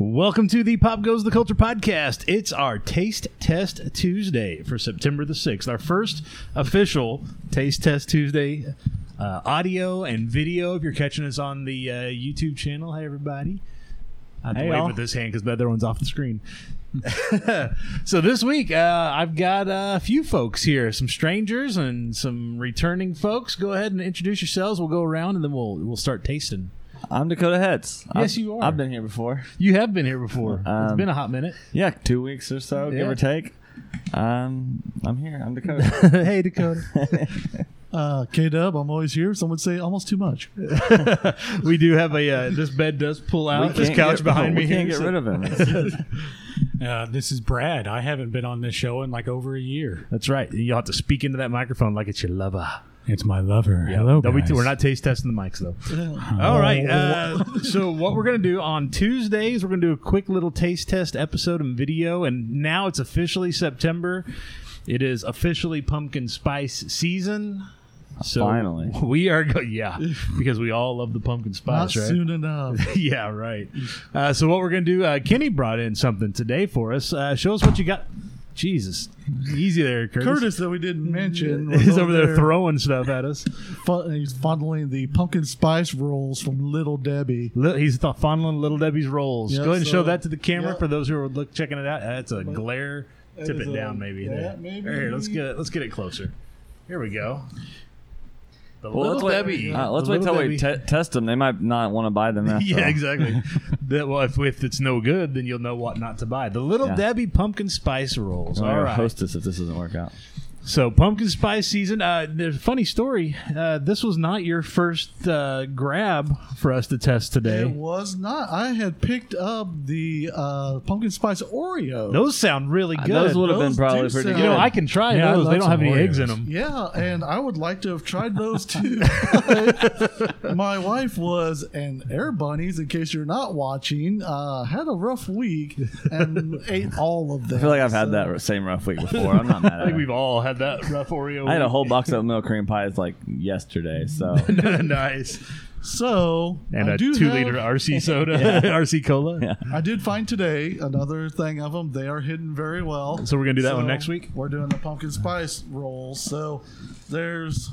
Welcome to the Pop Goes the Culture podcast. It's our Taste Test Tuesday for September the 6th, our first official Taste Test Tuesday uh, audio and video. If you're catching us on the uh, YouTube channel, hey everybody. I have to Hey, wave y'all. with this hand because the other one's off the screen. so this week uh, I've got a few folks here, some strangers and some returning folks. Go ahead and introduce yourselves. We'll go around and then we'll we'll start tasting. I'm Dakota Hetz. Yes, I've- you are. I've been here before. You have been here before. it's Um, been a hot minute. Yeah, two weeks or so, give Yeah. or take. Um, I'm here. I'm Dakota. hey Dakota. Uh, K Dub, I'm always here. Some would say almost too much. we do have a uh, this bed does pull out this can't couch get- behind we me can't here, get so- rid of him. Uh, this is Brad. I haven't been on this show in like over a year. That's right. You'll have to speak into that microphone like it's your lover. It's my lover. Oh, Hello, No, we guys. do- We're not taste testing the mics though. All right. Oh. Uh, so what we're gonna do on Tuesdays, we're gonna do a quick little taste test episode and video, and now it's officially September. It is officially pumpkin spice season. So Finally. we are go- yeah, because we all love the pumpkin Not spice, right? soon enough. yeah, right. Uh, so what we're gonna do? Uh, Kenny brought in something today for us. Uh, show us what you got. Jesus, easy there, Curtis. Curtis, that we didn't mention, was is over there throwing stuff at us. fun- he's fondling the pumpkin spice rolls from Little Debbie. Li- He's th- fondling Little Debbie's rolls. Yeah, Go ahead and so- show that to the camera yeah. for those who are look checking it out. That's a glare. That Tip is it a- down, maybe. that there. maybe. Here, let's get it, let's get it closer. Here we go. The Well, let's Little wait, Debbie. uh, let's The wait Little till we Debbie. te- test them. They might not want to buy them. After yeah, all. exactly. that, well, if, if it's no good, then you'll know what not to buy. The Little Yeah. Debbie pumpkin spice rolls. I'm All gonna right. host this if this doesn't work out. So pumpkin spice season. Uh, there's a funny story. Uh, this was not your first uh, grab for us to test today. It was not. I had picked up the uh, pumpkin spice Oreo. Those sound really good. Uh, Those would have been Those probably do pretty sound- good. You know, I can try Yeah, I those. They love don't have some any eggs Oreos. in them. Yeah, and I would like to have tried those too. My wife was an air bunnies. In case you're not watching, uh, had a rough week and ate all of them. I feel like I've had that same rough week before. I'm not mad I at think we've it. all had that rough Oreo. I had a whole box of milk cream pies like yesterday. So nice So and I a do two have- liter RC soda, RC cola. Yeah. I did find today another thing of them. They are hidden very well. So we're gonna do that one next week? We're doing the pumpkin spice rolls. So there's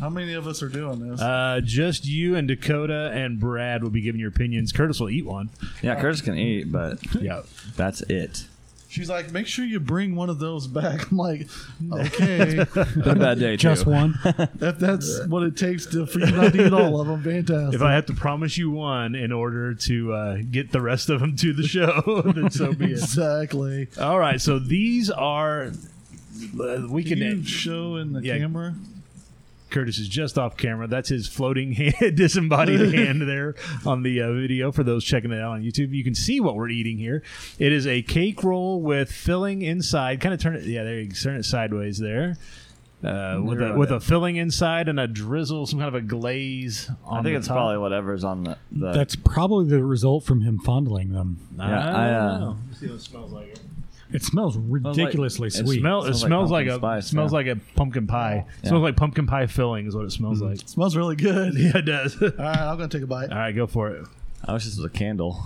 how many of us are doing this? Uh, just you and Dakota and Brad will be giving your opinions. Curtis will eat one. yeah, Curtis can eat, but Yeah. that's it. She's like, make sure you bring one of those back. I'm like, okay, Been a bad day just too. one. if that's what it takes to for you not to eat all of them, fantastic. If I have to promise you one in order to uh, get the rest of them to the show, then so be it. exactly. All right, so these are. uh, we Can can. you show in the Yeah. camera? Curtis is just off camera. That's his floating hand, disembodied hand there on the uh, video. For those checking it out on YouTube, you can see what we're eating here. It is a cake roll with filling inside. Kind of turn it. Yeah, there you go, turn it sideways there. Uh, with a, Narrow with it. a filling inside and a drizzle, some kind of a glaze. On I think the it's top. probably whatever's on the. the That's probably the result from him fondling them. I Yeah, don't I, uh, know. see what it smells like. It, It smells ridiculously it sweet. smell, it smells smells like like, pumpkin a spice, smells yeah. like a pumpkin pie. It Yeah. Smells like pumpkin pie filling is what it smells like. smells really good. Yeah, Uh, it does. All All right, I'm gonna take a bite. right, go for it. I wish this was a candle.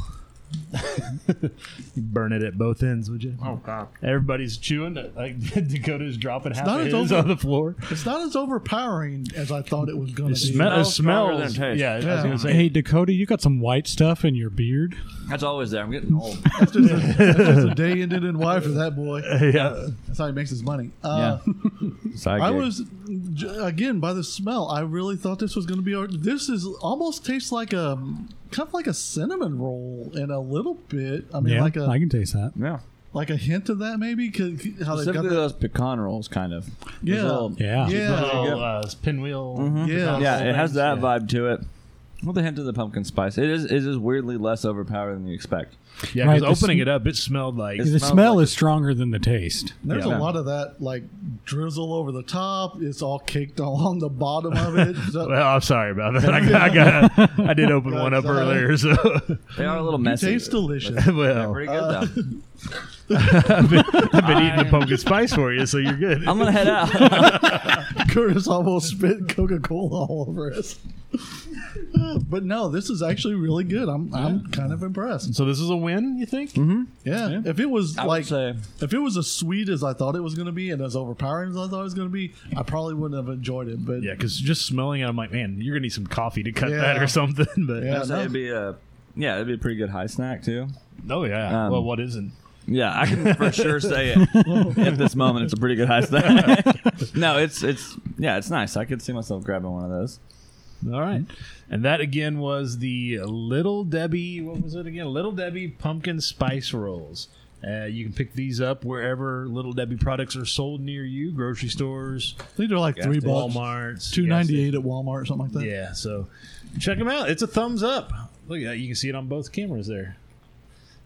burn it at both ends, would you? Oh God! Everybody's chewing. uh, Like Dakota's dropping half not of as his over- on the floor. It's not as overpowering as I thought it was gonna It be. smell- it smells stronger than smells. taste. Yeah, I was Yeah. gonna say. hey, Dakota, you got some white stuff in your beard. That's always there. I'm getting old. That's just, a, that's just a day ended in Y for that boy. yeah, That's how he makes his money. yeah. Uh, I was j- again by the smell. I really thought this was going to be. our- This is almost tastes like a kind of like a cinnamon roll in a little bit. I mean, yeah, like a I can taste that. Yeah. like a hint of that maybe. 'cause how they got Specifically that. those pecan rolls, kind of. Those Yeah. little- Yeah. Yeah. little uh, pinwheel. Mm-hmm. Yeah. yeah. It has that Yeah. vibe to it. With a hint of the pumpkin spice, it is it is weirdly less overpowered than you expect. Yeah, Right, because the opening sm- it up, it smelled like. It The smells smell like is stronger than the taste. There's Yeah. a lot of that like drizzle over the top. It's all caked along the bottom of it. So Well, I'm sorry about that. I, got, I, got, I did open one up Sorry. earlier, so They are a little it messy. tastes delicious. well, Pretty good uh, though. I've been, I've been eating the pumpkin spice for you, so you're good. I'm gonna head out. Curtis almost spit Coca Cola all over us. But no, this is actually really good. I'm I'm kind of impressed. So this is a win, you think? Yeah. If it was I like would say if it was as sweet as I thought it was going to be and as overpowering as I thought it was going to be, I probably wouldn't have enjoyed it. But Yeah, because just smelling it, I'm like, man, you're gonna need some coffee to cut Yeah. that or something. But Yeah. I'd say it'd be a yeah, it'd be a pretty good high snack too. oh yeah, Um, well, what isn't? Yeah, I can for sure say it at this moment. It's a pretty good high snack. no, it's it's yeah, it's nice. I could see myself grabbing one of those. All right, Mm-hmm. and that again was the Little Debbie. What was it again? Little Debbie pumpkin spice rolls. Uh, you can pick these up wherever Little Debbie products are sold near you, grocery stores, I think they're like three dude. bucks, WalMarts, two ninety eight at Walmart, something like that. Yeah, so check them out. It's a thumbs up. Look at that. You can see it on both cameras there.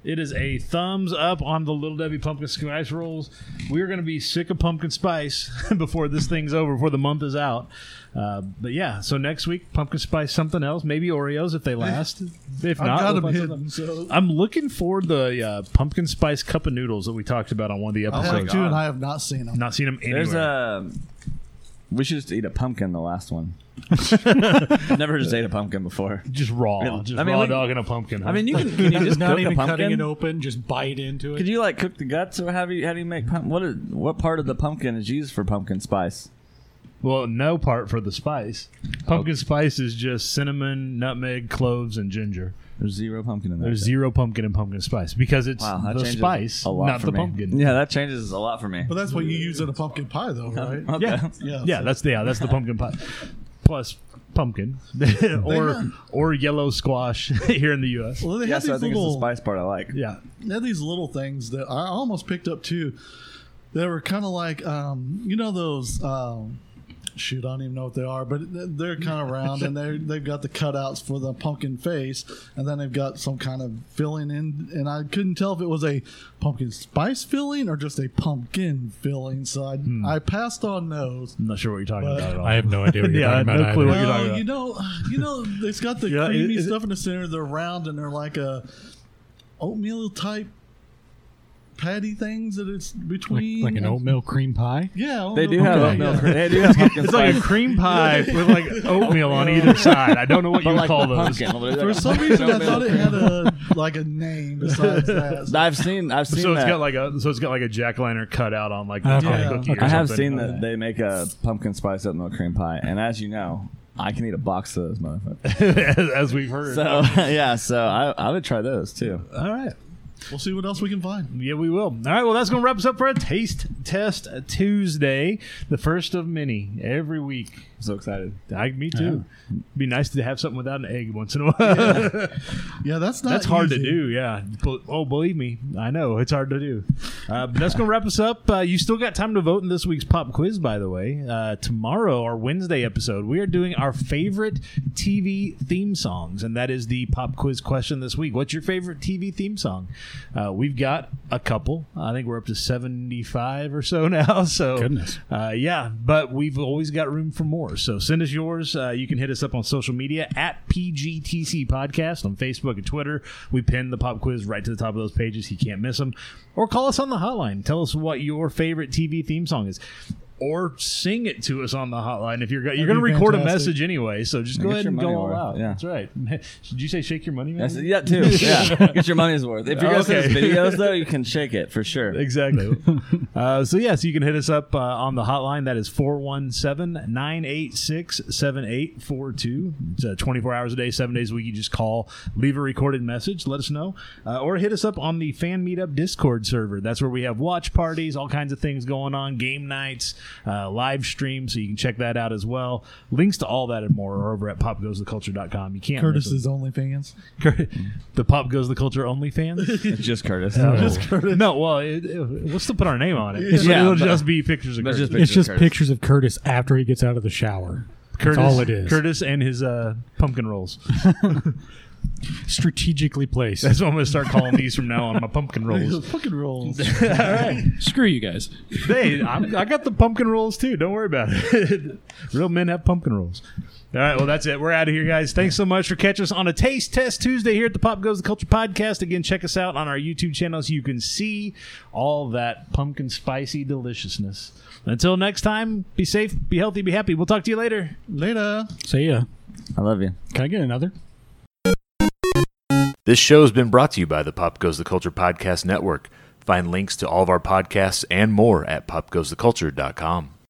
It is a thumbs up on the Little Debbie Pumpkin Spice Rolls. We're going to be sick of pumpkin spice before this thing's over, before the month is out. Uh, but yeah, so next week, pumpkin spice, something else, maybe Oreos if they last. If I've not, got we'll them find something. hidden. So I'm looking for the uh, pumpkin spice cup of noodles that we talked about on one of the I have episodes. two, Oh God. and I have not seen them. Not seen them anywhere. There's a. We should just eat a pumpkin. The last one. I've never just ate a pumpkin before. just raw, just I mean, raw we- dog and a pumpkin. I mean, you can, can you just Not cook a even cutting it pumpkin? open, just bite into Could it. you like cook the guts, or how do you how do you make pump? What is, what part of the pumpkin is used for pumpkin spice? Well, no part for the spice. Pumpkin Oh. spice is just cinnamon, nutmeg, cloves, and ginger. There's zero pumpkin in there. There's zero pumpkin in pumpkin spice because it's Wow, that the changes spice, a lot not for the me. pumpkin. Yeah, that changes a lot for me. But that's what you use in a pumpkin pie, though, right? Okay. Yeah. Yeah. Yeah, that's the yeah, that's the pumpkin pie. Plus pumpkin or have- or yellow squash here in the U.S. Well, they Yeah, have so I these think it's the little spice part I like. Yeah, they had these little things that I almost picked up too. That were kind of like, um, you know, those. Um, shoot, I don't even know what they are, but they're kind of round, and they they've got the cutouts for the pumpkin face, and then they've got some kind of filling in, and I couldn't tell if it was a pumpkin spice filling or just a pumpkin filling. So I I passed on those. I'm not sure what you're talking But- about at all. I have no idea what you're Yeah, talking about. no clue either. what you're- talking Well, about? you know, you know, it's got the Yeah, creamy is it- stuff in the center. They're round and they're like a oatmeal type patty things that it's between. Like, like an oatmeal cream pie. Yeah, They do oatmeal have pie, oatmeal. yeah. They do have pumpkin It's spice. like a cream pie with like oatmeal on either side. I don't know what you but would like call the those. pumpkin. Like For a some pumpkin reason, I oatmeal thought it cream. had a like a name besides that. So I've seen. I've seen So it's that. got like a so it's got like a jack o' lantern cut out on like Okay. on a Yeah. cookie or I have something. seen that they make a pumpkin spice oatmeal cream pie, and as you know, I can eat a box of those motherfuckers. as, as we've heard. So yeah, so I, I would try those too. All right. we'll see what else we can find. Yeah, we will. All right. Well, that's going to wrap us up for a taste test Tuesday, the first of many every week. I'm so excited. I, me too. Be nice to have something without an egg once in a while. Yeah, that's not. that's hard to easy. do. Yeah. But- oh, believe me, I know it's hard to do. Uh, but that's going to wrap us up. Uh, you still got time to vote in this week's pop quiz, by the way. Uh, tomorrow, our Wednesday episode, we are doing our favorite TV theme songs, and that is the pop quiz question this week. What's your favorite TV theme song? Uh, we've got a couple. I think we're up to seventy-five or so now. So Goodness. uh, yeah, but we've always got room for more. So send us yours. Uh, you can hit us up on social media at PGTC Podcast on Facebook and Twitter. We pin the pop quiz right to the top of those pages. You can't miss them. Or call us on the hotline. Tell us what your favorite TV theme song is. Or sing it to us on the hotline if you're go- you're going That'd to be record a fantastic. message anyway. So just go get ahead your and go money all worth, out. yeah. That's right. Did you say shake your money? Man? That's, yeah, too. Yeah, get your money's worth. If you're gonna Okay. send us videos though, you can shake it for sure. Exactly. uh, so, yes, you can hit us up uh, on the hotline. That is 417 986 7842. It's uh, 24 hours a day, seven days a week. You just call, leave a recorded message, let us know, uh, or hit us up on the Fan Meetup Discord server. That's where we have watch parties, all kinds of things going on, game nights, uh, live streams. So, you can check that out as well. Links to all that and more are over at popgoestheculture.com. You can't miss Curtis's OnlyFans. them. the Pop Goes the Culture OnlyFans. It's just Curtis. No, well, it, it, we'll still put our name on it. Yeah, it'll but- just be pictures of That's Curtis. just It's just Curtis. pictures of Curtis after he gets out of the shower. Curtis, all it is. Curtis and his uh, pumpkin rolls. Strategically placed. That's what I'm going to start calling these from now on. My pumpkin rolls. Fucking rules. Screw you guys. hey, I'm, I got the pumpkin rolls too. Don't worry about it. Real men have pumpkin rolls. All right, well, that's it. We're out of here, guys. Thanks so much for catching us on a Taste Test Tuesday here at the Pop Goes the Culture podcast. Again, check us out on our YouTube channel so you can see all that pumpkin spicy deliciousness. Until next time, be safe, be healthy, be happy. We'll talk to you later. Later. See ya. I love you. Can I get another? This show has been brought to you by the Pop Goes the Culture Podcast Network. Find links to all of our podcasts and more at popgoestheculture.com.